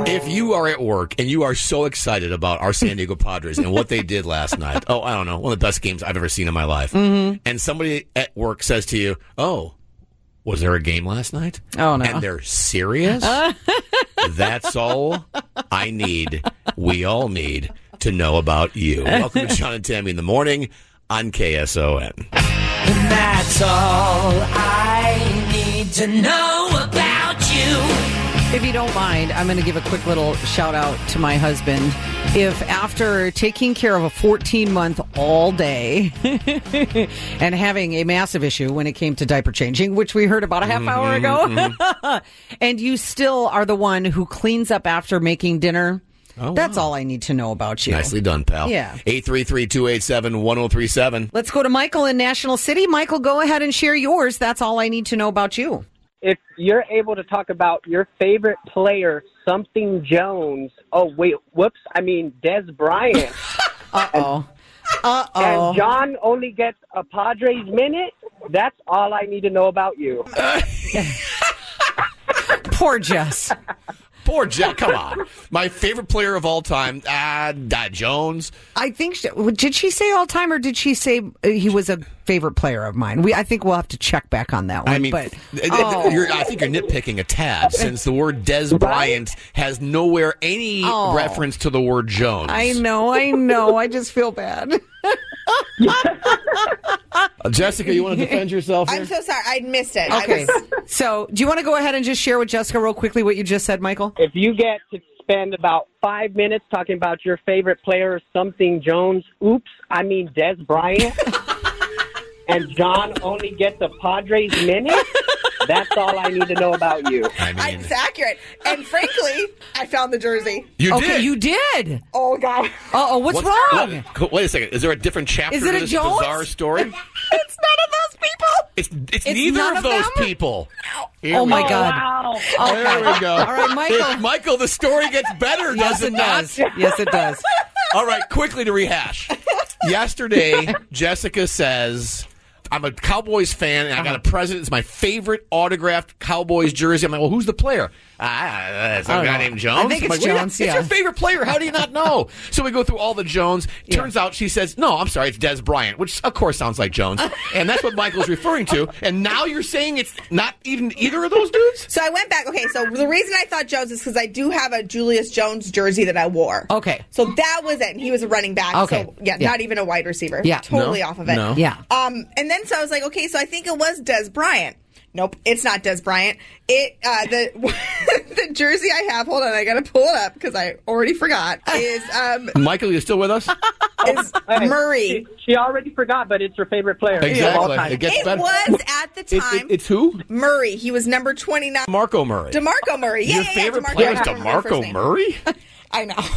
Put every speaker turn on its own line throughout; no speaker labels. If you are at work and you are so excited about our San Diego Padres and what they did last night, oh, I don't know, one of the best games I've ever seen in my life,
Mm-hmm.
and somebody at work says to you, "Oh, was there a game last night?"
Oh, no.
and they're serious. That's all I need. We all need to know about you. Welcome to John and Tammy in the morning on KSON.
That's all I need to know about you.
If you don't mind, I'm going to give a quick little shout out to my husband. If after taking care of a 14 month all day and having a massive issue when it came to diaper changing, which we heard about a half hour ago, and you still are the one who cleans up after making dinner, that's all I need to know about you.
Nicely done, pal.
Yeah.
833-287-1037.
Let's go to Michael in National City. Michael, go ahead and share yours. That's all I need to know about you.
if you're able to talk about your favorite player, something Jones. Oh wait, whoops! I mean Des Bryant.
Uh oh. Uh
And
oh.
John only gets a Padres minute. That's all I need to know about you.
Poor Jess.
Poor Jack. Come on. My favorite player of all time, ah, Dot Jones.
I think she, did she say all time or did she say uh, he was a favorite player of mine? We I think we'll have to check back on that one.
I mean,
but
th- th-
oh,
you're, I think you're nitpicking a tad since the word Des Bryant has nowhere any
Oh.
reference to the word Jones.
I know, I know. I just feel bad.
Uh, Jessica, you want to defend yourself? Here?
I'm so sorry. I missed it. I
Okay,
was-
so do you want to go ahead and just share with Jessica real quickly what you just said, Michael?
If you get to spend about five minutes talking about your favorite player, something Jones. Oops! I mean Des Bryant. and John only gets a Padres minute. That's all I need to know about you.
I mean,
it's accurate. And frankly, I found the jersey.
you
okay,
did.
you did.
Oh, God.
Uh oh, what's
What-
wrong?
what- wait a second. Is there a different chapter
Is it
to
a
this
Jones?
bizarre story?
It's none of those people.
It's, it's,
It's
neither
none
of
of
those
them?
people.
oh my
God.
god. Okay.
There we go.
All right, Michael.
Michael, the story gets better,
Yes,
does it
it
not?
does. Yes, it does.
All right, quickly to rehash. Yesterday, Jessica says, I'm a Cowboys fan, and I
Uh-huh.
got a present. It's my favorite autographed Cowboys jersey. I'm like, well, who's the player? Ah, uh, some
I don't
guy
know.
named Jones.
I think
I'm
it's
like, wait,
Jones,
It's
yeah.
your favorite player. How do you not know? so we go through all the Jones. Turns out she says, no, I'm sorry, it's Des Bryant, which of course sounds like Jones. and that's what Michael's referring to. And now you're saying it's not even either of those dudes?
So I went back. Okay, so the reason I thought Jones is because I do have a Julius Jones jersey that I wore.
Okay.
So that was it. And he was a running back.
Okay.
So, yeah,
Yeah.
not even a wide receiver.
Yeah.
Totally
No.
off of it.
No.
Yeah.
Um, and then so I was like, okay, so I think it was Des Bryant. Nope, it's not Des Bryant. It uh, the the jersey I have. Hold on, I gotta pull it up because I already forgot. Is um
Michael, you still with us?
is
Hey,
Murray?
She, she already forgot, but it's her favorite player. of all
Exactly.
time.
It gets
It
better.
was at the
It's-
time
it- it's who?
Murray. He was number twenty nine.
Marco Murray.
Demarco Murray. Yeah,
Your
yeah, yeah,
favorite
DeMarco
player is
Murray. I don't remember
DeMarco
his name.
Murray?
I know.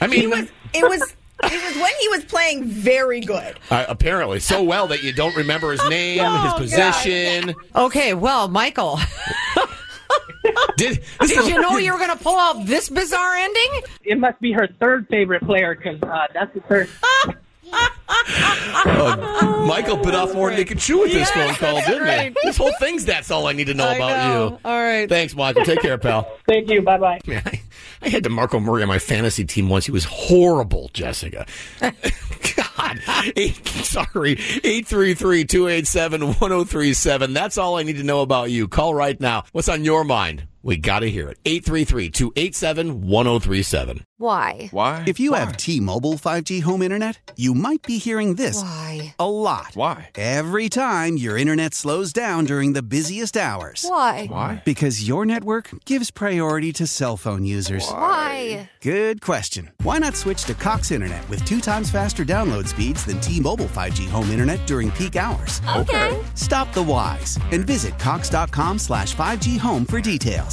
I mean,
he was, it was it was when he was playing very good.
uh, apparently so well that you don't remember his name, his position.
Okay, well, Michael,
Did, this
did
is-
you know you were going to pull out this bizarre ending?
It must be her third favorite player because uh, that's the third.
Oh, Michael bit off more than he could chew with this phone call, didn't
right.
he? This whole thing's that's all I need to know about you.
All right.
Thanks, Michael. Take care, pal.
Thank you. Bye bye.
Man, I, I had DeMarco Murray on my fantasy team once. He was horrible, Jessica. God. Eight, sorry. 833-287-1037. That's all I need to know about you. Call oh right now. What's on your mind? We got to hear it. 833-287-1037.
Mm, Why?
Why?
If you have T-Mobile 5G home internet, you might be hearing this
Why?
a lot.
Why?
Every time your internet slows down during the busiest hours.
Why?
Why?
Because your network gives priority to cell phone users.
Why?
Good question. Why not switch to Cox Internet with two times faster download speeds than T-Mobile 5G home internet during peak hours?
Okay.
Stop the whys and visit cox.com slash 5G home for details.